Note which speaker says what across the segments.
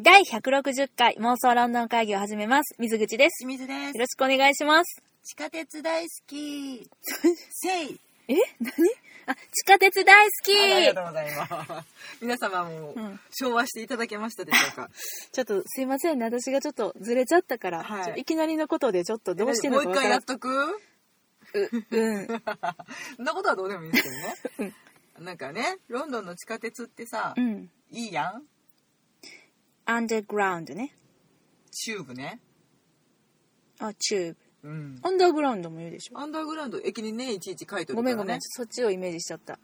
Speaker 1: 第160回妄想ロンドン会議を始めます。水口です。
Speaker 2: 清水で
Speaker 1: よろしくお願いします。
Speaker 2: す。地下鉄大好 き。せい。
Speaker 1: え何あ、地下鉄大好き
Speaker 2: ありがとうございます。皆様も
Speaker 1: うん
Speaker 2: 昭和していただけましたでしょうか。
Speaker 1: ちょっとすいませんね。私がちょっとずれちゃったから、
Speaker 2: はい
Speaker 1: ちょっといきなりのことでちょっとどうしてんの
Speaker 2: もう
Speaker 1: か
Speaker 2: 一
Speaker 1: わから
Speaker 2: 回や
Speaker 1: ん
Speaker 2: っとく
Speaker 1: う、うん。
Speaker 2: そんなことはどうでもいいんですけど ね。なんかね、ロンドンの地下鉄ってさ、
Speaker 1: うん。
Speaker 2: いいやん。
Speaker 1: アンダーグラウンドね。
Speaker 2: チューブね。
Speaker 1: あ、チュー
Speaker 2: うん
Speaker 1: ブ。。アンダーグラウンドも言うでしょ。
Speaker 2: アンダーグラウンド駅にね、いちいち書いてるからね。
Speaker 1: ごめんごめん。ちょっとそっちをイメージしちゃった。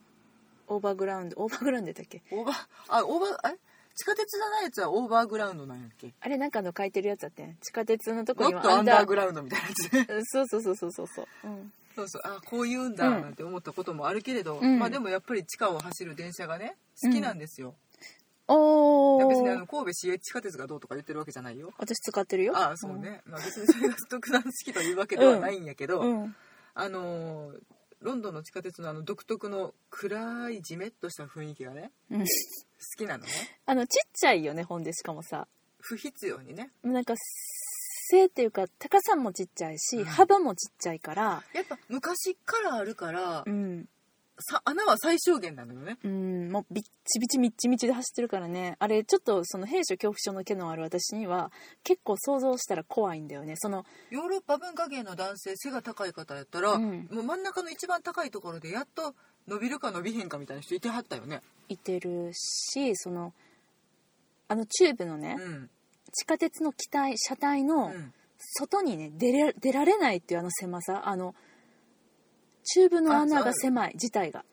Speaker 1: オーバーグラウンド。オーバーグラウンドだっけ
Speaker 2: オーバー、あ、オーバー、え地下鉄じゃないやつはオーバーグラウンドなんやっけ
Speaker 1: あれなんかの書いてるやつだって地下鉄のとこ
Speaker 2: ノ
Speaker 1: に
Speaker 2: ッ
Speaker 1: は
Speaker 2: トアンダーグラウンドみたいなやつね。
Speaker 1: うんそうそうそうそうそうそう。うん。
Speaker 2: そうそうあこう言うんだ
Speaker 1: うん
Speaker 2: なんて思ったこともあるけれど、
Speaker 1: うん
Speaker 2: まあでもやっぱり地下を走る電車がね好きなんですよ、
Speaker 1: お
Speaker 2: 別にあ
Speaker 1: ー
Speaker 2: の。神戸市営地下鉄がどうとか言ってるわけじゃないよ
Speaker 1: 私使ってるよ。
Speaker 2: ああそうね、まあ、別にそれが特段好きというわけではないんやけど、
Speaker 1: うん。うん。
Speaker 2: あのーロンドンの地下鉄のあの独特の暗いジメッとした雰囲気がね
Speaker 1: うん。
Speaker 2: 好き なのね
Speaker 1: あの、ちっちゃいよね、ほんで、しかもさ。
Speaker 2: 不必要にね
Speaker 1: なんか、背っていうか、高さもちっちゃいし、
Speaker 2: うん
Speaker 1: 幅もちっちゃいから、
Speaker 2: やっぱ昔からあるから、
Speaker 1: うん。
Speaker 2: さ穴は最小限なのよね
Speaker 1: うん、もう、びっちびちみっちみちで走ってるからね。あれ、ちょっと、その、兵所恐怖症の毛のある私には、結構想像したら怖いんだよね。その、
Speaker 2: ヨーロッパ文化芸の男性背が高い方やったら、
Speaker 1: うん
Speaker 2: もう真ん中の一番高いところでやっと伸びるか伸びへんかみたいな人いてはったよね。
Speaker 1: いてるし、その、あの、チューブのね、
Speaker 2: うん
Speaker 1: 地下鉄の機体、車体
Speaker 2: う
Speaker 1: の、
Speaker 2: ん
Speaker 1: 外にね出れ出られないっていうあの狭さあのチューブの穴が狭い自体が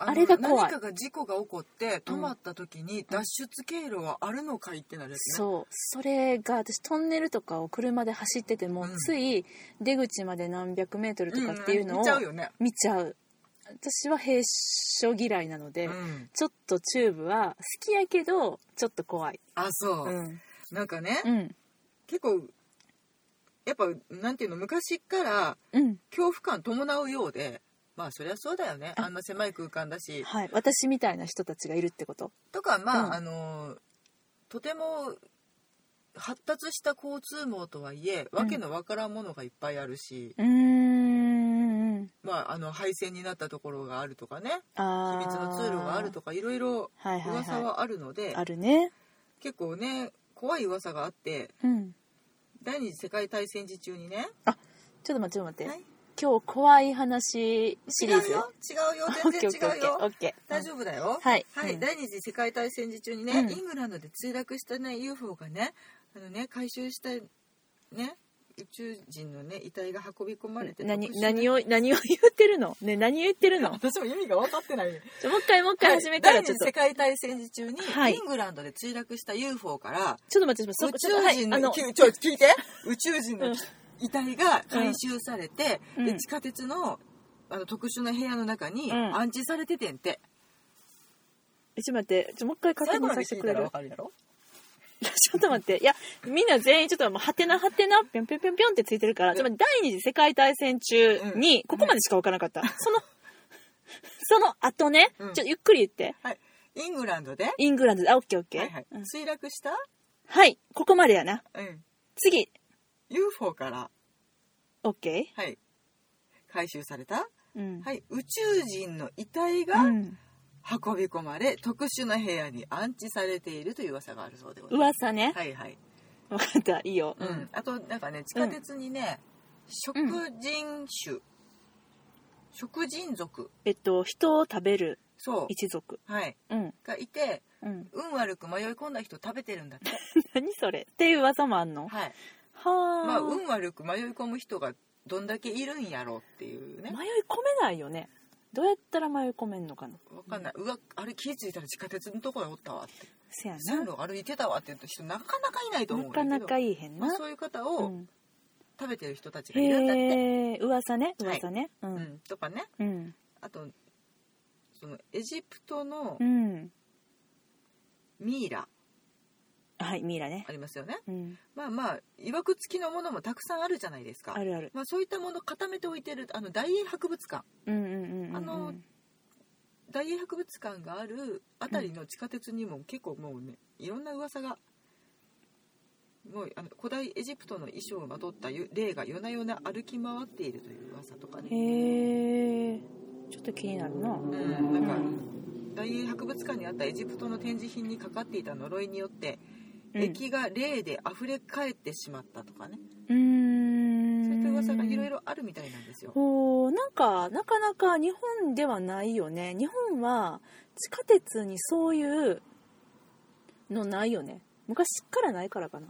Speaker 2: の
Speaker 1: あれが怖い
Speaker 2: 何かが事故が起こって止まった時に脱出経路はあるのかいってなるやつね。
Speaker 1: そうそれが私トンネルとかを車で走ってても、
Speaker 2: うん
Speaker 1: つい出口まで何百メートルとかっていうのを
Speaker 2: 見ちゃうよね。
Speaker 1: 見ちゃう私は閉所嫌いなので、
Speaker 2: うん
Speaker 1: ちょっとチューブは好きやけどちょっと怖い
Speaker 2: あそう、
Speaker 1: うん
Speaker 2: なんかね、
Speaker 1: うん
Speaker 2: 結構やっぱなんていうの昔から
Speaker 1: うん
Speaker 2: 恐怖感伴うようでまあそりゃそうだよね
Speaker 1: あ
Speaker 2: あんな狭い空間だし
Speaker 1: はい私みたいな人たちがいるってこと
Speaker 2: とかまあ、
Speaker 1: うん
Speaker 2: あのとても発達した交通網とはいえ
Speaker 1: ん
Speaker 2: わけのわからんものがいっぱいあるし、
Speaker 1: うーん
Speaker 2: まあ、あの廃線になったところがあるとかね秘
Speaker 1: あー
Speaker 2: 密の通路があるとかいろいろ
Speaker 1: はいはい
Speaker 2: 噂
Speaker 1: は
Speaker 2: はあるので、
Speaker 1: いあるね
Speaker 2: 結構ね怖い噂があって
Speaker 1: うん
Speaker 2: 第二次世界大戦時中にね
Speaker 1: ちょっと待って、ちょっと待って。
Speaker 2: はい
Speaker 1: 今日怖い話シリーズ。
Speaker 2: 違うよ違うよ全然
Speaker 1: オッケーオッ
Speaker 2: 違う
Speaker 1: ケーオ
Speaker 2: よ
Speaker 1: ッケー。
Speaker 2: 大丈夫だよ
Speaker 1: はいうん
Speaker 2: 第二次世界大戦時中にね、
Speaker 1: うん
Speaker 2: イングランドで墜落したね UFO がねあのね回収したね宇宙人のね遺体が運び込まれて
Speaker 1: 何
Speaker 2: 特殊な
Speaker 1: 何を何を言ってるのね何を言ってるの
Speaker 2: 私も意味が分かってない
Speaker 1: ちょもう一回もう一回始めたらちょっと、
Speaker 2: 第二次世界大戦時中に、
Speaker 1: はい
Speaker 2: イングランドで墜落した UFO から
Speaker 1: ちょっと待ってちょっ
Speaker 2: 宇
Speaker 1: と
Speaker 2: 宙
Speaker 1: そはい
Speaker 2: 人
Speaker 1: あ
Speaker 2: の,
Speaker 1: の
Speaker 2: きゅ、ちょ聞いて宇宙人
Speaker 1: う
Speaker 2: の
Speaker 1: ん
Speaker 2: 遺体が回収されて、
Speaker 1: うん
Speaker 2: で
Speaker 1: うん
Speaker 2: 地下鉄のあの特殊な部屋の中に
Speaker 1: うん
Speaker 2: 安置されててんて、
Speaker 1: ちょっと待ってちょもう一回確
Speaker 2: 最後
Speaker 1: 認
Speaker 2: ま
Speaker 1: さ
Speaker 2: で
Speaker 1: せて
Speaker 2: 聞い
Speaker 1: く
Speaker 2: た
Speaker 1: れ
Speaker 2: ら
Speaker 1: る
Speaker 2: 分かるやろ
Speaker 1: いや ちょっと待っていやみんな全員ちょっともうはてなはてなぴょんぴょんぴょんぴょんってついてるからつまり第二次世界大戦中にここまでしか分からなかった、そのその後ね、
Speaker 2: うん
Speaker 1: ちょっとゆっくり言って
Speaker 2: はいイングランドで、
Speaker 1: イングランドであオッケーオッケー
Speaker 2: はいはい
Speaker 1: うん
Speaker 2: 墜落した、
Speaker 1: はい、ここまでやな
Speaker 2: うん、
Speaker 1: 次
Speaker 2: UFO から、
Speaker 1: オッケー
Speaker 2: はい、回収された、
Speaker 1: うん
Speaker 2: はい、宇宙人の遺体が
Speaker 1: うん、
Speaker 2: 運び込まれ、特殊な部屋に安置されているという噂があるそうでございます。
Speaker 1: 噂ね、
Speaker 2: はいはい
Speaker 1: 分かったいいよ、
Speaker 2: うん、あとなんかね地下鉄にね、
Speaker 1: うん
Speaker 2: 食人種、食人族
Speaker 1: えっと人を食べる
Speaker 2: そ
Speaker 1: 一族
Speaker 2: う、はい、
Speaker 1: うん
Speaker 2: がいて
Speaker 1: うん、
Speaker 2: 運悪く迷い込んだ人を食べてるんだって、
Speaker 1: 何それっていう噂もあんのは
Speaker 2: はい
Speaker 1: あ、
Speaker 2: まあ、運悪く迷い込む人がどんだけいるんやろうっていう
Speaker 1: 迷い込
Speaker 2: ね
Speaker 1: めないよねどうやったら迷い込めんのかな
Speaker 2: わかんない、うわあれ気づいたら地下鉄のところにおったわって
Speaker 1: せや
Speaker 2: 線
Speaker 1: な
Speaker 2: 路歩いてたわって言う人なかなかいないと思う
Speaker 1: なんか
Speaker 2: だけど
Speaker 1: なかいいへん
Speaker 2: ま
Speaker 1: な
Speaker 2: あ、、そういう方
Speaker 1: う
Speaker 2: を
Speaker 1: ん、
Speaker 2: 食べてる人たちがいるんだって、
Speaker 1: へえ噂ね
Speaker 2: はい
Speaker 1: 噂ね、
Speaker 2: うんとかね
Speaker 1: うん
Speaker 2: あとそのエジプトの
Speaker 1: うん、うん、
Speaker 2: ミイラ
Speaker 1: はいミイラね
Speaker 2: ありますよね
Speaker 1: うん
Speaker 2: まあまあいわくつきのものもたくさんあるじゃないですか
Speaker 1: あるある
Speaker 2: まあ、そういったものを固めておいてるあの大英博物館
Speaker 1: うんうんうんうん
Speaker 2: あの大英博物館があるあたりの地下鉄にも結構もうねいろんな噂がもうあの古代エジプトの衣装をまとったゆ霊が夜な夜な歩き回っているという噂とかね、
Speaker 1: へえちょっと気になるな
Speaker 2: うん、なんか
Speaker 1: うん
Speaker 2: 大英博物館にあったエジプトの展示品にかかっていた呪いによって
Speaker 1: うん
Speaker 2: 歴が霊で溢れ返ってしまったとかね、
Speaker 1: うーん
Speaker 2: そういった噂がいろいろあるみたいなんですよ。
Speaker 1: ほうなんかなかなか日本ではないよね日本は地下鉄にそういうのないよね昔っからないからかな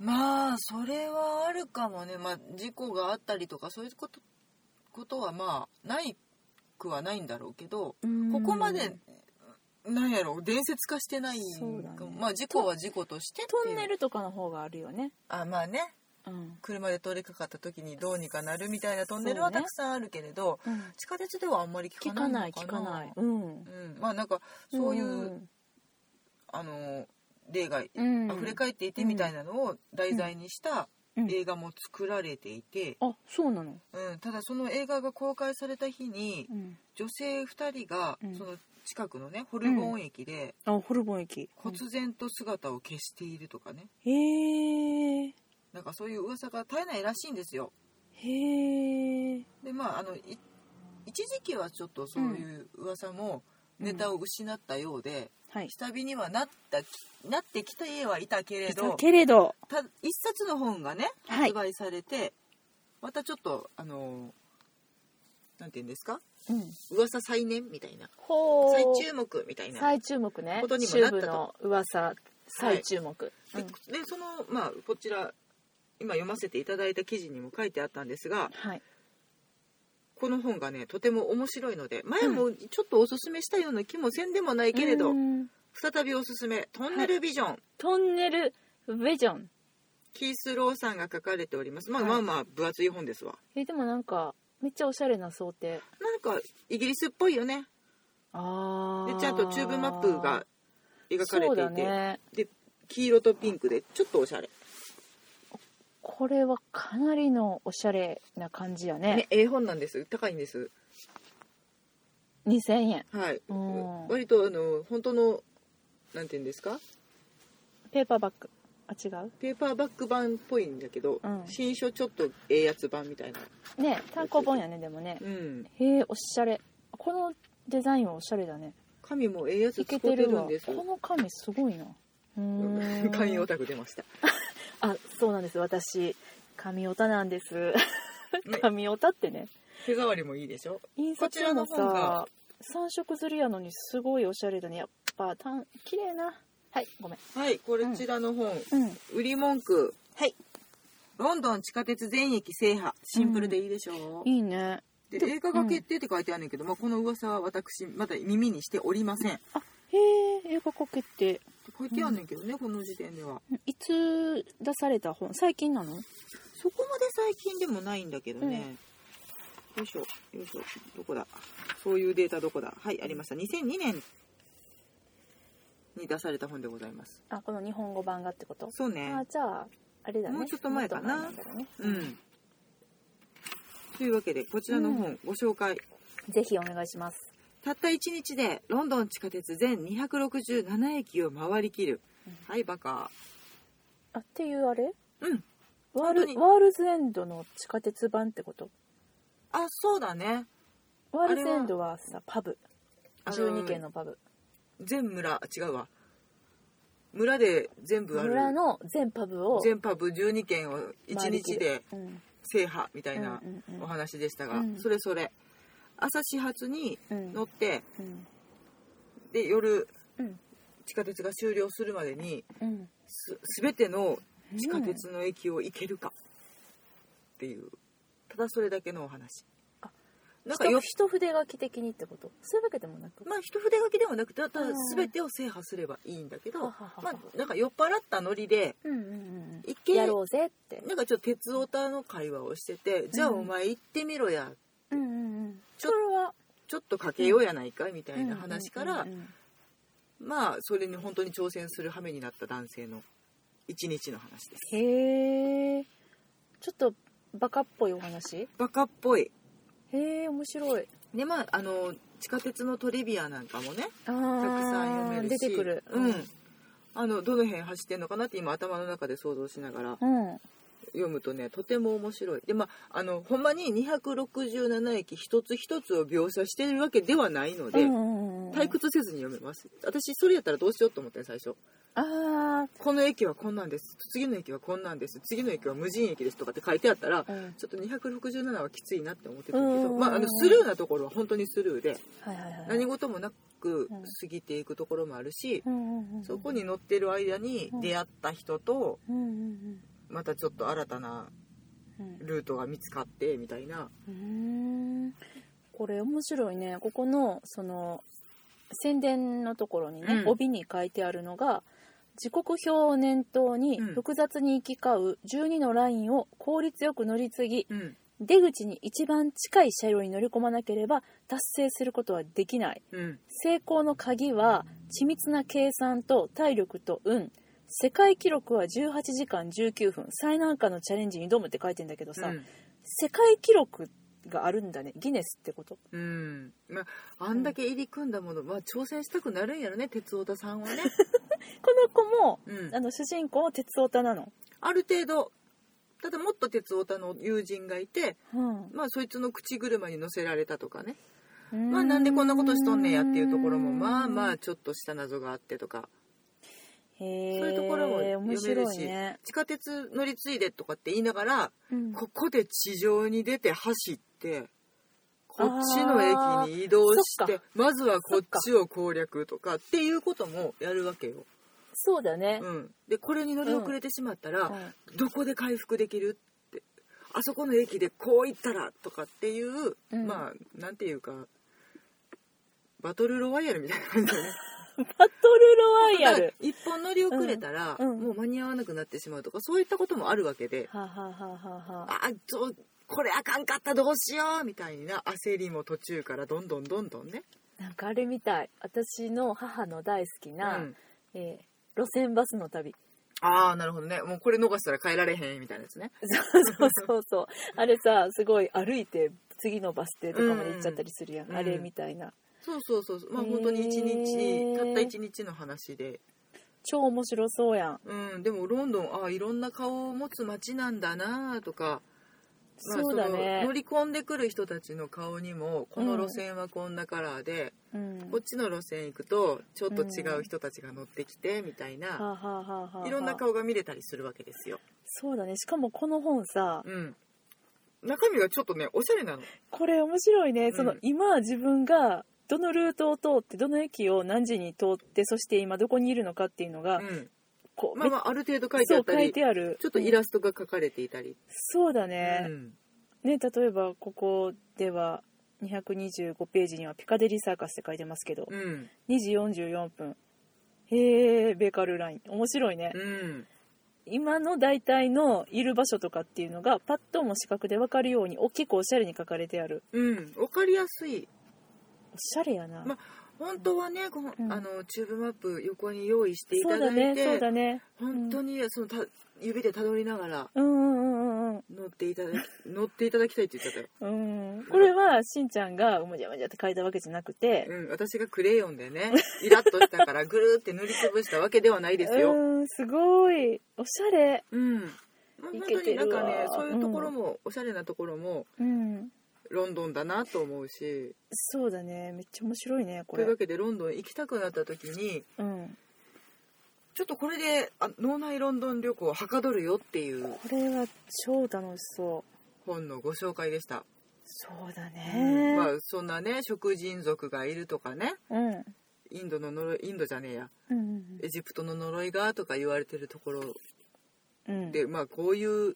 Speaker 2: まあそれはあるかもね、まあ、事故があったりとかそういうことことはまあないくはないんだろうけどここまでなんやろう伝説化してないんか
Speaker 1: そうだね
Speaker 2: まあ事故は事故としてって
Speaker 1: ト
Speaker 2: いう
Speaker 1: ンネルとかの方があるよね
Speaker 2: あまあね
Speaker 1: うん、
Speaker 2: 車で通りかかった時にどうにかなるみたいなトンネルは
Speaker 1: そうね
Speaker 2: たくさんあるけれど、地下鉄ではあんまり聞
Speaker 1: 聞
Speaker 2: か
Speaker 1: か
Speaker 2: な
Speaker 1: ないい
Speaker 2: のか
Speaker 1: 聞
Speaker 2: な
Speaker 1: かないうん
Speaker 2: うん、まあなんかそういう、
Speaker 1: うん
Speaker 2: あの例が
Speaker 1: うん
Speaker 2: 溢れ返っていてみたいなのを題材にした
Speaker 1: うん
Speaker 2: 映画も作られていて、
Speaker 1: あそうなの、
Speaker 2: うん、ただその映画が公開された日に
Speaker 1: うん、
Speaker 2: 女性2人が
Speaker 1: うん
Speaker 2: その近くのねホルモン駅で
Speaker 1: あホルボン駅
Speaker 2: 忽然と姿を消しているとかね
Speaker 1: へえ
Speaker 2: なんかそういう噂が絶えないらしいんですよ。
Speaker 1: へえ
Speaker 2: でまああのい一時期はちょっとそういう噂もネタを失ったようで、
Speaker 1: はい
Speaker 2: 下火にはなったきなってきた家はいたけれど
Speaker 1: けれど
Speaker 2: た一冊の本がね
Speaker 1: はい
Speaker 2: 発売されて、またちょっとあのなんて言うんですか
Speaker 1: うん
Speaker 2: 噂再燃みたいな
Speaker 1: ほう
Speaker 2: 再注目みたいな、
Speaker 1: 再注目ね
Speaker 2: ことにもな
Speaker 1: 中
Speaker 2: ったと
Speaker 1: 部の噂再注目、
Speaker 2: で
Speaker 1: うん
Speaker 2: でそのまあこちら今読ませていただいた記事にも書いてあったんですが
Speaker 1: はい
Speaker 2: この本がねとても面白いので前もちょっとおすすめしたような気もせんでもないけれど、
Speaker 1: うん
Speaker 2: 再びおすすめ「トンネルビジョン」
Speaker 1: トンネルビジョン
Speaker 2: キース・ローさんが書かれておりますまあ
Speaker 1: はい
Speaker 2: まあまあ分厚い本ですわ
Speaker 1: えでもなんかめっちゃおしゃれな想定
Speaker 2: なんかイギリスっぽいよね
Speaker 1: あ
Speaker 2: で
Speaker 1: ー
Speaker 2: ちゃんとチューブマップが描かれ
Speaker 1: そう
Speaker 2: てい
Speaker 1: だ
Speaker 2: て、
Speaker 1: ね
Speaker 2: で黄色とピンクでちょっとおしゃれ、
Speaker 1: これはかなりのおしゃれな感じやね
Speaker 2: ね、ええ本なんです高いんです
Speaker 1: 2000円
Speaker 2: はい
Speaker 1: うん
Speaker 2: 割とあの本当のなんて言うんですか
Speaker 1: ペーパーバッグあ違う
Speaker 2: ペーパーバック版っぽいんだけど、
Speaker 1: うん
Speaker 2: 新書ちょっとええやつ版みたいな
Speaker 1: ね単行本やねでもね
Speaker 2: うん
Speaker 1: へえおしゃれこのデザインはおしゃれだね
Speaker 2: 紙もええやつ
Speaker 1: い
Speaker 2: 使
Speaker 1: け
Speaker 2: って
Speaker 1: てる
Speaker 2: る
Speaker 1: わ
Speaker 2: んです
Speaker 1: この紙すごいなうーん
Speaker 2: 寛容オタク出ました
Speaker 1: あそうなんです私神オタなんです
Speaker 2: ね
Speaker 1: 神オタってね
Speaker 2: 手触りもいいでしょ
Speaker 1: 印刷用の
Speaker 2: こちらの方
Speaker 1: さ
Speaker 2: が
Speaker 1: 3色刷りやのにすごいおしゃれだねやっぱたん綺麗なはいごめん
Speaker 2: はいこちらの本、
Speaker 1: うん
Speaker 2: 売り文句
Speaker 1: はい
Speaker 2: ロンドン地下鉄全駅制覇シンプルでいいでしょう、
Speaker 1: いいね
Speaker 2: で映画が決定って書いてあるんだけど、まあ、この噂は私まだ耳にしておりません
Speaker 1: へえ映画かけて
Speaker 2: 書いてあるんだけどね、この時点ではい
Speaker 1: つ出された本最近なの
Speaker 2: そこまで最近でもないんだけどね、よいしょよいしょどこだそういうデータどこだはいありました2002年に出された本でございます
Speaker 1: あこの日本語版がってこと
Speaker 2: そうね
Speaker 1: あじゃああれだね
Speaker 2: もうちょっと前かな
Speaker 1: もっと前んだろうね
Speaker 2: うんというわけでこちらの本ご紹介、
Speaker 1: ぜひお願いします
Speaker 2: たった1日でロンドン地下鉄全267駅を回りきる、
Speaker 1: う
Speaker 2: はいバカ
Speaker 1: あっていうあれ
Speaker 2: うん
Speaker 1: ワー
Speaker 2: 本当に
Speaker 1: ルワールズエンドの地下鉄版ってこと
Speaker 2: あそうだね
Speaker 1: ワールズエンドはさパブ
Speaker 2: あの
Speaker 1: 12軒のパブ
Speaker 2: 全村違うわ村で全部ある
Speaker 1: 村の全パブを
Speaker 2: 全パブ12軒を1日で
Speaker 1: うん
Speaker 2: 制覇みたいな
Speaker 1: うんうんうん
Speaker 2: お話でしたが、
Speaker 1: うん
Speaker 2: それそれ朝始発に
Speaker 1: うん
Speaker 2: 乗って
Speaker 1: うん
Speaker 2: で夜
Speaker 1: うん
Speaker 2: 地下鉄が終了するまでに
Speaker 1: うん
Speaker 2: す全ての地下鉄の駅を行けるかっていうただそれだけのお話
Speaker 1: あ
Speaker 2: なんかよ
Speaker 1: ひと一筆書き的にってことそういうわけでもなく、
Speaker 2: まあ一筆書きではなくてただ
Speaker 1: うん
Speaker 2: 全てを制覇すればいいんだけど、
Speaker 1: はははは
Speaker 2: まあなんか酔っ払ったノリで
Speaker 1: うんうんうん
Speaker 2: 一
Speaker 1: うんや
Speaker 2: 見
Speaker 1: ろうぜって
Speaker 2: なんかちょっと鉄オタの会話をしてて「じゃあお前行ってみろや
Speaker 1: うんうんうん
Speaker 2: ち
Speaker 1: そ
Speaker 2: ょ
Speaker 1: れは
Speaker 2: ちょっとかけようやないか」みたいな話から、
Speaker 1: うんうんうん
Speaker 2: まあそれに本当に挑戦する羽目になった男性の一日の話です。
Speaker 1: へえちょっとバカっぽいお話
Speaker 2: バカっぽい
Speaker 1: へえ面白い
Speaker 2: でまああの地下鉄のトリビアなんかもね
Speaker 1: あた
Speaker 2: たくさん読めるし
Speaker 1: 出てくる
Speaker 2: うん、あのどの辺走ってんのかなって今頭の中で想像しながら
Speaker 1: うん。
Speaker 2: 読むとねとても面白いでまああのほんまに267駅一つ一つを描写してるわけではないので、
Speaker 1: うん
Speaker 2: 退屈せずに読めます私それやったらどうしようと思って最初
Speaker 1: あ
Speaker 2: この駅はこんなんです次の駅はこんなんです次の駅は無人駅ですとかって書いてあったら、
Speaker 1: あ。うん。
Speaker 2: ちょっと267はきついなって思ってたけど、
Speaker 1: うん
Speaker 2: まあ、あのスルーなところは本当にスルーで
Speaker 1: はいはいはい。
Speaker 2: 何事もなく過ぎていくところもあるし、
Speaker 1: うんうんうん。
Speaker 2: そこに乗ってる間に出会った人と
Speaker 1: うんうん
Speaker 2: またちょっと新たな
Speaker 1: うん。
Speaker 2: ルートが見つかってみたいな、
Speaker 1: うん。うーんこれ面白いね。ここの、その、宣伝のところにね、
Speaker 2: うん
Speaker 1: 帯に書いてあるのが、時刻表を念頭に
Speaker 2: うん
Speaker 1: 複雑に行き交う12のラインを効率よく乗り継ぎ、
Speaker 2: うん
Speaker 1: 出口に一番近い車両に乗り込まなければ達成することはできない。
Speaker 2: うん、
Speaker 1: 成功の鍵は緻密な計算と体力と運世界記録は18時間19分最難関のチャレンジに挑むって書いてんだけどさ、
Speaker 2: うん
Speaker 1: 世界記録があるんだねギネスってこと
Speaker 2: うんまあ、あんだけ入り組んだもの、まあ、挑戦したくなるんやろね鉄オタさんはね、
Speaker 1: この子も、
Speaker 2: うん
Speaker 1: あ、の主人公は鉄オタなの、
Speaker 2: ある程度ただもっと鉄オタの友人がいて、
Speaker 1: うん
Speaker 2: まあ、そいつの口車に乗せられたとかねまあなんでこんなことしとんねんやっていうところもまあまあちょっとした謎があってとか
Speaker 1: へえ
Speaker 2: そういうところも読め
Speaker 1: 面
Speaker 2: るし
Speaker 1: 白いね、
Speaker 2: 地下鉄乗り継いでとかって言いながら
Speaker 1: うん
Speaker 2: ここで地上に出て走ってこっちの駅に移動し
Speaker 1: あーそって
Speaker 2: まずはこっちを攻略とかっていうこともやるわけよ。
Speaker 1: そうだね、
Speaker 2: うん、でこれに乗り遅れてしまったら、
Speaker 1: うん
Speaker 2: どこで回復できるってあそこの駅でこう行ったらとかっていう、
Speaker 1: うん
Speaker 2: まあなんていうかバトルロワイヤルみたいな感じだね。
Speaker 1: バトルロワイヤ
Speaker 2: だ
Speaker 1: ル
Speaker 2: か、ら一本乗り遅れたら、
Speaker 1: うんうん
Speaker 2: もう間に合わなくなってしまうとかそういったこともあるわけで、
Speaker 1: はあはあはあはあはあ
Speaker 2: ああちょこれあかんかったどうしようみたいな焦りも途中からどんどんどんどんね。
Speaker 1: なんかあれみたい私の母の大好きな、
Speaker 2: うん
Speaker 1: えー路線バスの旅
Speaker 2: ああなるほどねもうこれ逃したら帰られへんみたいなやつね。
Speaker 1: そうそうそうそうあれさすごい歩いて次のバス停とかまで行っちゃったりするやん、
Speaker 2: うん
Speaker 1: あれみたいな
Speaker 2: そうそうそうそうまあ
Speaker 1: へー
Speaker 2: 本当に一日たった一日の話で
Speaker 1: 超面白そうやん
Speaker 2: うん、でもロンドンああいろんな顔を持つ街なんだなとか、まあ
Speaker 1: そうだ
Speaker 2: その
Speaker 1: ね
Speaker 2: 乗り込んでくる人たちの顔にもこの路線はこんなカラーで、
Speaker 1: うん
Speaker 2: こっちの路線行くとちょっと違う人たちが乗ってきてみたい
Speaker 1: はあ
Speaker 2: な、
Speaker 1: はあはあはあ
Speaker 2: いろんな顔が見れたりするわけですよ。
Speaker 1: そうだねしかもこの本さ
Speaker 2: うん、中身がちょっとねおしゃれなの。
Speaker 1: これ面白いね、
Speaker 2: ん
Speaker 1: その今自分がどのルートを通ってどの駅を何時に通ってそして今どこにいるのかっていうのが、
Speaker 2: うん、
Speaker 1: こう、
Speaker 2: まあまあある程度書いてあった
Speaker 1: そう書い
Speaker 2: り
Speaker 1: てある
Speaker 2: ちょっとイラストが書かれていたり。
Speaker 1: そうだね、
Speaker 2: うん
Speaker 1: ね、例えばここでは225ページには「ピカデリーサーカス」って書いてますけど
Speaker 2: うん
Speaker 1: 2時44分へえベーカルーライン面白いね、
Speaker 2: うん
Speaker 1: 今の大体のいる場所とかっていうのがパッとも視覚で分かるように大きくおしゃれに書かれてある
Speaker 2: うん、わかりやすい
Speaker 1: おしゃれやな、
Speaker 2: ま本当はね、この
Speaker 1: うん
Speaker 2: あのチューブマップ横に用意してい
Speaker 1: そう
Speaker 2: た
Speaker 1: だ
Speaker 2: だい
Speaker 1: ね
Speaker 2: て、
Speaker 1: そうだね
Speaker 2: 本当にそのた指でたどりながら
Speaker 1: うんうんうんうん
Speaker 2: 乗っていただき乗っていただきたいって言っちゃっ
Speaker 1: うんうんこれはしんちゃんが「もじゃもじゃ」って書いたわけじゃなくて
Speaker 2: たよ、うん、私がクレヨンでねイラッとしたからぐるーって塗りつぶしたわけではないですよ、
Speaker 1: うんすごいおしゃれ
Speaker 2: うんまあ
Speaker 1: い
Speaker 2: 本
Speaker 1: け
Speaker 2: 当
Speaker 1: て
Speaker 2: になん
Speaker 1: るわ
Speaker 2: かねそういうところも、おしゃれなところも
Speaker 1: うん
Speaker 2: ロンドンだなと思うし
Speaker 1: そうだねめっちゃ面白いねこと
Speaker 2: い
Speaker 1: れ
Speaker 2: うわけでロンドン行きたくなった時に
Speaker 1: うん
Speaker 2: ちょっとこれであ脳内ロンドン旅行をはかどるよっていう
Speaker 1: これは超楽しそう
Speaker 2: 本のご紹介でした
Speaker 1: そうだ
Speaker 2: うん
Speaker 1: ね
Speaker 2: まあそんなね食人族がいるとかね
Speaker 1: うん、
Speaker 2: インドの呪いインドじゃねえや
Speaker 1: うん
Speaker 2: エジプトの呪いがとか言われてるところ
Speaker 1: うん
Speaker 2: でまあこういう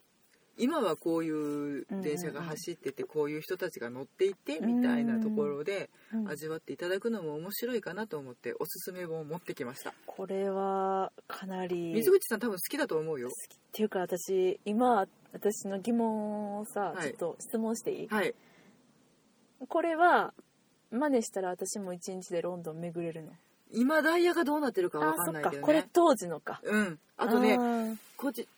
Speaker 2: 今はこういう電車が走っててこういう人たちが乗っていてみたいなところで
Speaker 1: うん
Speaker 2: 味わっていただくのも面白いかなと思っておすすめ本を持ってきました
Speaker 1: これはかなり
Speaker 2: 水口さん多分好きだと思うよ
Speaker 1: 好きっていうか私今私の疑問をさ、
Speaker 2: はい
Speaker 1: ちょっと質問していい、
Speaker 2: はい
Speaker 1: これは真似したら私も一日でロンドン巡れるの
Speaker 2: 今ダイヤがどうなってるか
Speaker 1: あ
Speaker 2: わか
Speaker 1: そ
Speaker 2: ん
Speaker 1: っ
Speaker 2: ない
Speaker 1: か
Speaker 2: けど
Speaker 1: これ
Speaker 2: ね
Speaker 1: 当時のか
Speaker 2: うんあとね
Speaker 1: ー
Speaker 2: こじこ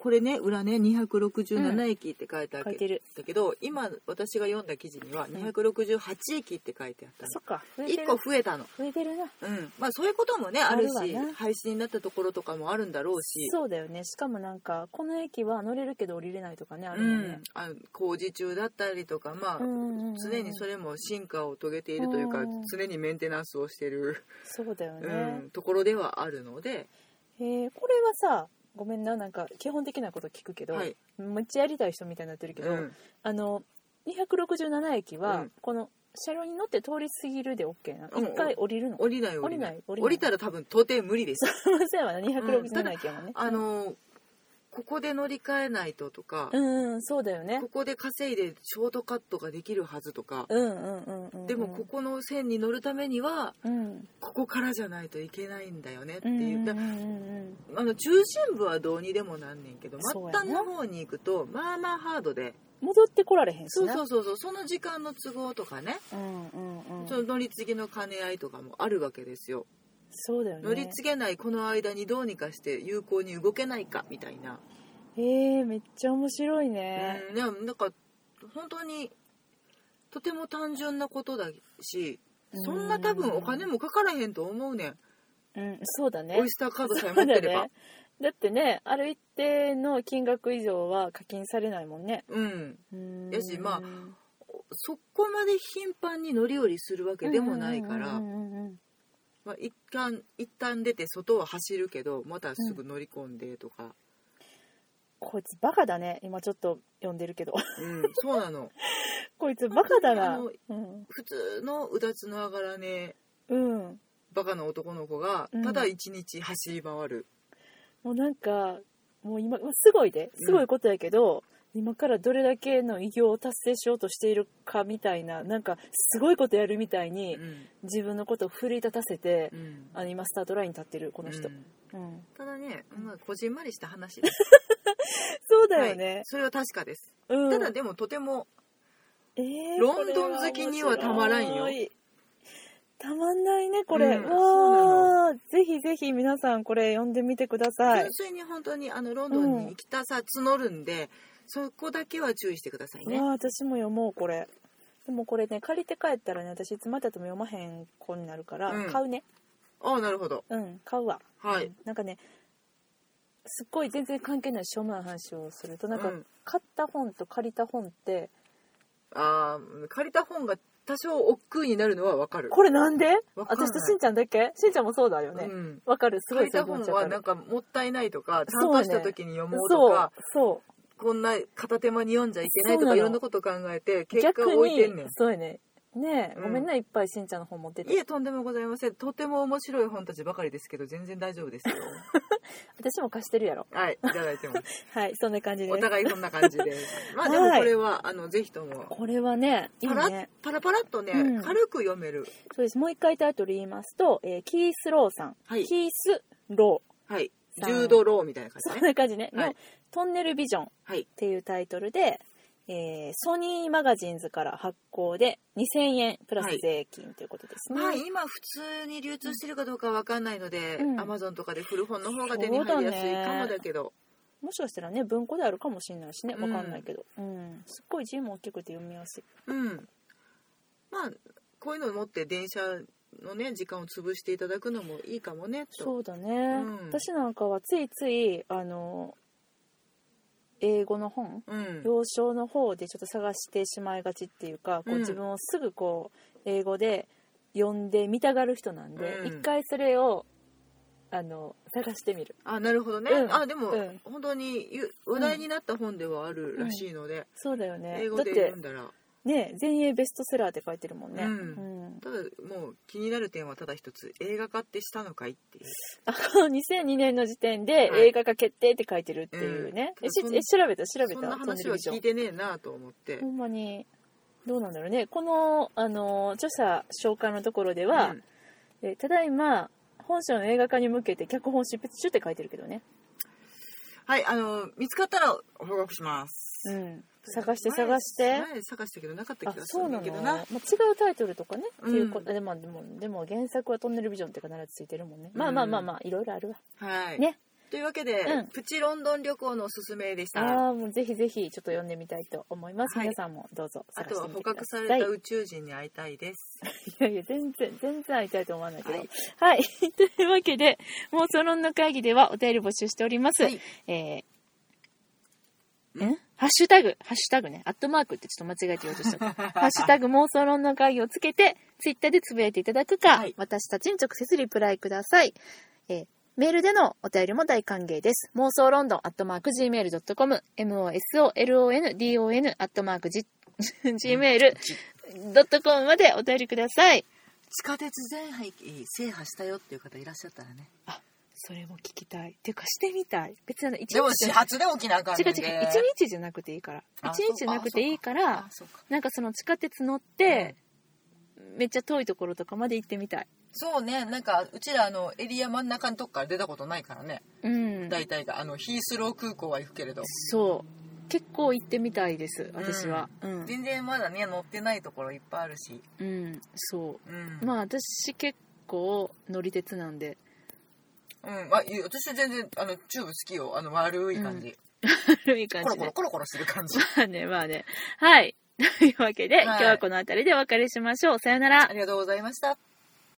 Speaker 2: これね裏ね267駅って書いてあ
Speaker 1: 書いてる
Speaker 2: だけど、今私が読んだ記事には268駅って書いてあった
Speaker 1: そっか増
Speaker 2: の、
Speaker 1: えてる
Speaker 2: 1個増えたの、
Speaker 1: 増えてるな
Speaker 2: うん、まあそういうこともねあるし
Speaker 1: あるわな
Speaker 2: 配信になったところとかもあるんだろうし
Speaker 1: そうだよねしかもなんかこの駅は乗れるけど降りれないとかねある
Speaker 2: う
Speaker 1: よ
Speaker 2: ん
Speaker 1: ね、、
Speaker 2: あ工事中だったりとかまあ、
Speaker 1: うん
Speaker 2: 常にそ
Speaker 1: れ
Speaker 2: れも進化を遂げているというか、
Speaker 1: うん
Speaker 2: 常にメンテナンスをしている、
Speaker 1: そうだよ
Speaker 2: う
Speaker 1: ね
Speaker 2: ん、ところではあるので、
Speaker 1: えーこれはさごめんななんか基本的なこと聞くけど、
Speaker 2: はい
Speaker 1: めっちゃやりたい人みたいになってるけど、
Speaker 2: うん
Speaker 1: あの267駅は、
Speaker 2: うん
Speaker 1: この車両に乗って通り過ぎるで OK な
Speaker 2: うん
Speaker 1: 一回降りるの、
Speaker 2: 降りない降りない
Speaker 1: 降
Speaker 2: 降
Speaker 1: りない
Speaker 2: りたら多分到底無 理です
Speaker 1: すいませんわな267駅やもんね、
Speaker 2: あのここで乗り換えないととか、
Speaker 1: うんうんそうだよね
Speaker 2: ここで稼いでショートカットができるはずとか、
Speaker 1: うんうんうんうんうん
Speaker 2: でもここの線に乗るためには
Speaker 1: うん
Speaker 2: ここからじゃないといけないんだよねって
Speaker 1: うんうん
Speaker 2: いうう、
Speaker 1: んう
Speaker 2: だ
Speaker 1: ん
Speaker 2: あの中心部はどうにでもなんねんけど末
Speaker 1: そうやな
Speaker 2: 端の方に行くとまあまあハードで
Speaker 1: 戻ってこられへんし
Speaker 2: そう
Speaker 1: な
Speaker 2: そううそうそうその時間の都合とかね、
Speaker 1: んうんうん
Speaker 2: その乗り継ぎの兼ね合いとかもあるわけですよ、
Speaker 1: そうだよね
Speaker 2: 乗り継げないこの間にどうにかして有効に動けないかみたいな、
Speaker 1: えー、めっちゃ面白いね、
Speaker 2: うん、でもなんか本当にとても単純なことだしそんな多分お金もかからへんと思うねん
Speaker 1: うんそうだね
Speaker 2: オイスターカードさえ
Speaker 1: そ
Speaker 2: 持
Speaker 1: う
Speaker 2: っ
Speaker 1: だ
Speaker 2: て
Speaker 1: よ
Speaker 2: れば
Speaker 1: ねだってねある一定の金額以上は課金されないもんね
Speaker 2: うん
Speaker 1: うん
Speaker 2: やしまあそこまで頻繁に乗り降りするわけでもないから、
Speaker 1: うんうんうんうん
Speaker 2: まあ、一旦一旦出て外は走るけどまたすぐ乗り込んでとか、
Speaker 1: こいつバカだね今ちょっと読んでるけど
Speaker 2: うん、そうなの
Speaker 1: こいつバカだな
Speaker 2: 本
Speaker 1: うん、
Speaker 2: 普通のうだつの上がらね
Speaker 1: うん、
Speaker 2: バカな男の子が
Speaker 1: うん
Speaker 2: ただ一日走り回る、
Speaker 1: もうなんかもう今すごいですごいことやけど、今からどれだけの偉業を達成しようとしているかみたいななんかすごいことやるみたいに
Speaker 2: うん
Speaker 1: 自分のことを奮い立たせて、
Speaker 2: うん
Speaker 1: あの今スタートラインに立ってるこの人、
Speaker 2: うん
Speaker 1: うん
Speaker 2: ただね、まあ、こじんまりした話です
Speaker 1: そうだよ
Speaker 2: は
Speaker 1: ね
Speaker 2: い、それは確かです、
Speaker 1: うん、
Speaker 2: ただでもとても
Speaker 1: えー
Speaker 2: ロンドン好きにはたまらんよ
Speaker 1: これは面白いたまんないねこれ、
Speaker 2: うん
Speaker 1: わあぜひぜひ皆さんこれ読んでみてください
Speaker 2: 純、粋に本当にあのロンドンに行きたさ募るんで、そこだけは注意してくださいね
Speaker 1: わあ私も読もうこれでもこれね借りて帰ったらね私いつまでたっても読まへん子になるから、
Speaker 2: うん
Speaker 1: 買うね
Speaker 2: ああなるほど
Speaker 1: うん買うわ、
Speaker 2: は
Speaker 1: う
Speaker 2: い
Speaker 1: ん、なんかねすっごい全然関係ないしょうもない話をするとなんか、
Speaker 2: うん
Speaker 1: 買った本と借りた本って
Speaker 2: ああ借りた本が多少億劫になるのはわかる
Speaker 1: これなんで
Speaker 2: わかんない
Speaker 1: 私としんちゃんだけしんちゃんもそうだよね
Speaker 2: うん
Speaker 1: わ、かるすご
Speaker 2: 借
Speaker 1: い
Speaker 2: りた
Speaker 1: そう
Speaker 2: 本
Speaker 1: いう気持ちわ
Speaker 2: は
Speaker 1: か
Speaker 2: な
Speaker 1: る
Speaker 2: んかもったいないとかちゃ
Speaker 1: そ
Speaker 2: ん
Speaker 1: うね
Speaker 2: とした時に読もうと
Speaker 1: そ
Speaker 2: か
Speaker 1: うそう
Speaker 2: こんな片手間に読んじゃいけない
Speaker 1: そう
Speaker 2: と
Speaker 1: なの
Speaker 2: かいろんなこと考えて結
Speaker 1: 逆
Speaker 2: 果
Speaker 1: に
Speaker 2: 置いてんねん
Speaker 1: そうやねねえ、
Speaker 2: うん
Speaker 1: ごめんないっぱいしんちゃんの本持って
Speaker 2: い
Speaker 1: て
Speaker 2: えとんでもございませんとても面白い本たちばかりですけど全然大丈 夫ですよ
Speaker 1: 私も貸してるやろ
Speaker 2: はいいただいてます
Speaker 1: はいそんな感じで
Speaker 2: お
Speaker 1: す
Speaker 2: 互いそんな感じでまあでもこれは、あのぜひとも
Speaker 1: これはねいい
Speaker 2: パラ
Speaker 1: ね
Speaker 2: パラパラっとね、
Speaker 1: うん
Speaker 2: 軽く読める
Speaker 1: そうですもう一回タイトル言いますと、えーキース・ローさん、
Speaker 2: はい
Speaker 1: キース・ロー
Speaker 2: はい
Speaker 1: さあ
Speaker 2: 柔道ローみたいな感
Speaker 1: そ
Speaker 2: じ
Speaker 1: ん
Speaker 2: ね
Speaker 1: な感じね、
Speaker 2: はい
Speaker 1: のトンネルビジョン」っ
Speaker 2: はい
Speaker 1: ていうタイトルで、えーソニーマガジンズから発行で2000円プラス税金ということですね、
Speaker 2: まあ今普通に流通してるかどうかわかんないので、
Speaker 1: うん
Speaker 2: Amazon とかで古本の方が手に入りやすいかもだけど
Speaker 1: もしかしたらね文庫であるかもしれないしねわかんないけど、うんすっごい字も大きくて読みやすい
Speaker 2: うんまあこういうの持って電車のね時間を潰していただくのもいいかもねと
Speaker 1: そうだね、
Speaker 2: ん
Speaker 1: 私なんかはついついあの英語の本
Speaker 2: うん
Speaker 1: 幼少の方でちょっと探してしまいがちっていうかこう
Speaker 2: うん
Speaker 1: 自分をすぐこう英語で読んでみたがる人なんで、
Speaker 2: うん
Speaker 1: 一回それをあの探してみる
Speaker 2: あなるほどね、
Speaker 1: うん
Speaker 2: あでも、
Speaker 1: うん
Speaker 2: 本当にゆ話題になった本ではあるらしいので、
Speaker 1: そうだよねだ
Speaker 2: 英語
Speaker 1: っ
Speaker 2: で読
Speaker 1: て
Speaker 2: んだら
Speaker 1: ね全英ベストセラーって書いてるもんね、
Speaker 2: うん
Speaker 1: ん
Speaker 2: ただもう気になる点はただ一つ映画化ってしたのかいっていう
Speaker 1: あこの2002年の時点で
Speaker 2: はい
Speaker 1: 映画化決定って書いてるっていうね、
Speaker 2: うん
Speaker 1: えし
Speaker 2: そん
Speaker 1: え調べた調べ
Speaker 2: そ
Speaker 1: た
Speaker 2: んな話は聞いてねえなと思って
Speaker 1: ほ、んまにどうなんだろうねこのあの著者紹介のところでは、
Speaker 2: うん
Speaker 1: えーただいま本書の映画化に向けて脚本執筆中って書いてるけどね、
Speaker 2: はいあの見つかったら報告します
Speaker 1: うん、探して探して
Speaker 2: 前前探したけどなかった
Speaker 1: あ
Speaker 2: 気がす
Speaker 1: そ
Speaker 2: る
Speaker 1: うんな
Speaker 2: だ
Speaker 1: の、
Speaker 2: けど
Speaker 1: まあ、
Speaker 2: な
Speaker 1: 違うタイトルとかね、
Speaker 2: うん
Speaker 1: っていうことでもでもでも原作は「トンネルビジョン」って必ずついてるもんね、まあまあまあまあいろいろあるわ
Speaker 2: はい
Speaker 1: ね
Speaker 2: というわけで、
Speaker 1: うん
Speaker 2: プチロンドン旅行のおすすめでしたあ
Speaker 1: ああ、もうぜひぜひ、ちょっと読んでみたいと思います。
Speaker 2: はい
Speaker 1: 皆さんもどうぞ探
Speaker 2: と
Speaker 1: し
Speaker 2: は
Speaker 1: てみてく
Speaker 2: 捕
Speaker 1: だ
Speaker 2: 獲
Speaker 1: さ
Speaker 2: さ
Speaker 1: い。
Speaker 2: れた宇宙人に会いたいです
Speaker 1: いやいや、全然、全然会いたいと思わないけど。
Speaker 2: は
Speaker 1: はいい。 というわけで、妄想論の会議ではお便り募集しております。
Speaker 2: はい
Speaker 1: えーんハッシュタグ、ハッシュタグね、アットマークってちょっと間違えて言おうと した。ハッシュタグ妄想論の会議をつけて、ツイッターでつぶやいていただくか、
Speaker 2: はい
Speaker 1: 私たちに直接リプライください。えーメールでのお便りも大歓迎です。妄想ロンドンアットマーク Gmail.com、mosolondon アットマーク Gmail.com までお便りください。
Speaker 2: 地下鉄全廃制覇したよっていう方いらっしゃった らね
Speaker 1: あ、それも聞きたい。ていうかしてみたい。別にあの、一
Speaker 2: でも
Speaker 1: 日
Speaker 2: 始
Speaker 1: じゃ、
Speaker 2: 発で起きなあかん
Speaker 1: 違う違
Speaker 2: ね
Speaker 1: う、一
Speaker 2: んで
Speaker 1: 日じゃなくていいから。
Speaker 2: あ
Speaker 1: 一日じゃなくていいか
Speaker 2: あ
Speaker 1: ら、
Speaker 2: そうか
Speaker 1: なんかその地下鉄乗って、めっちゃ遠いところとかまで行ってみたい。
Speaker 2: そうねなんかうちらあのエリア真ん中のとこから出たことないからね
Speaker 1: うん。
Speaker 2: 大体があのヒースロー空港は行くけれど
Speaker 1: そう。結構行ってみたいです、私は。うん。
Speaker 2: 全然まだね乗ってないところいっぱいあるし
Speaker 1: うん、そうう。
Speaker 2: ん
Speaker 1: まあ私結構乗り鉄なんで。
Speaker 2: うん、まあ、いい私全然あのチューブ好きよあの丸い感じ、
Speaker 1: 古い感
Speaker 2: コロ
Speaker 1: じ
Speaker 2: コ
Speaker 1: で
Speaker 2: ロ。コロコロする感 じ
Speaker 1: まあね、まあね。はい。というわけで、
Speaker 2: はい
Speaker 1: 今日はこの辺りでお別れしましょう。さよなら
Speaker 2: あ。りがとうございました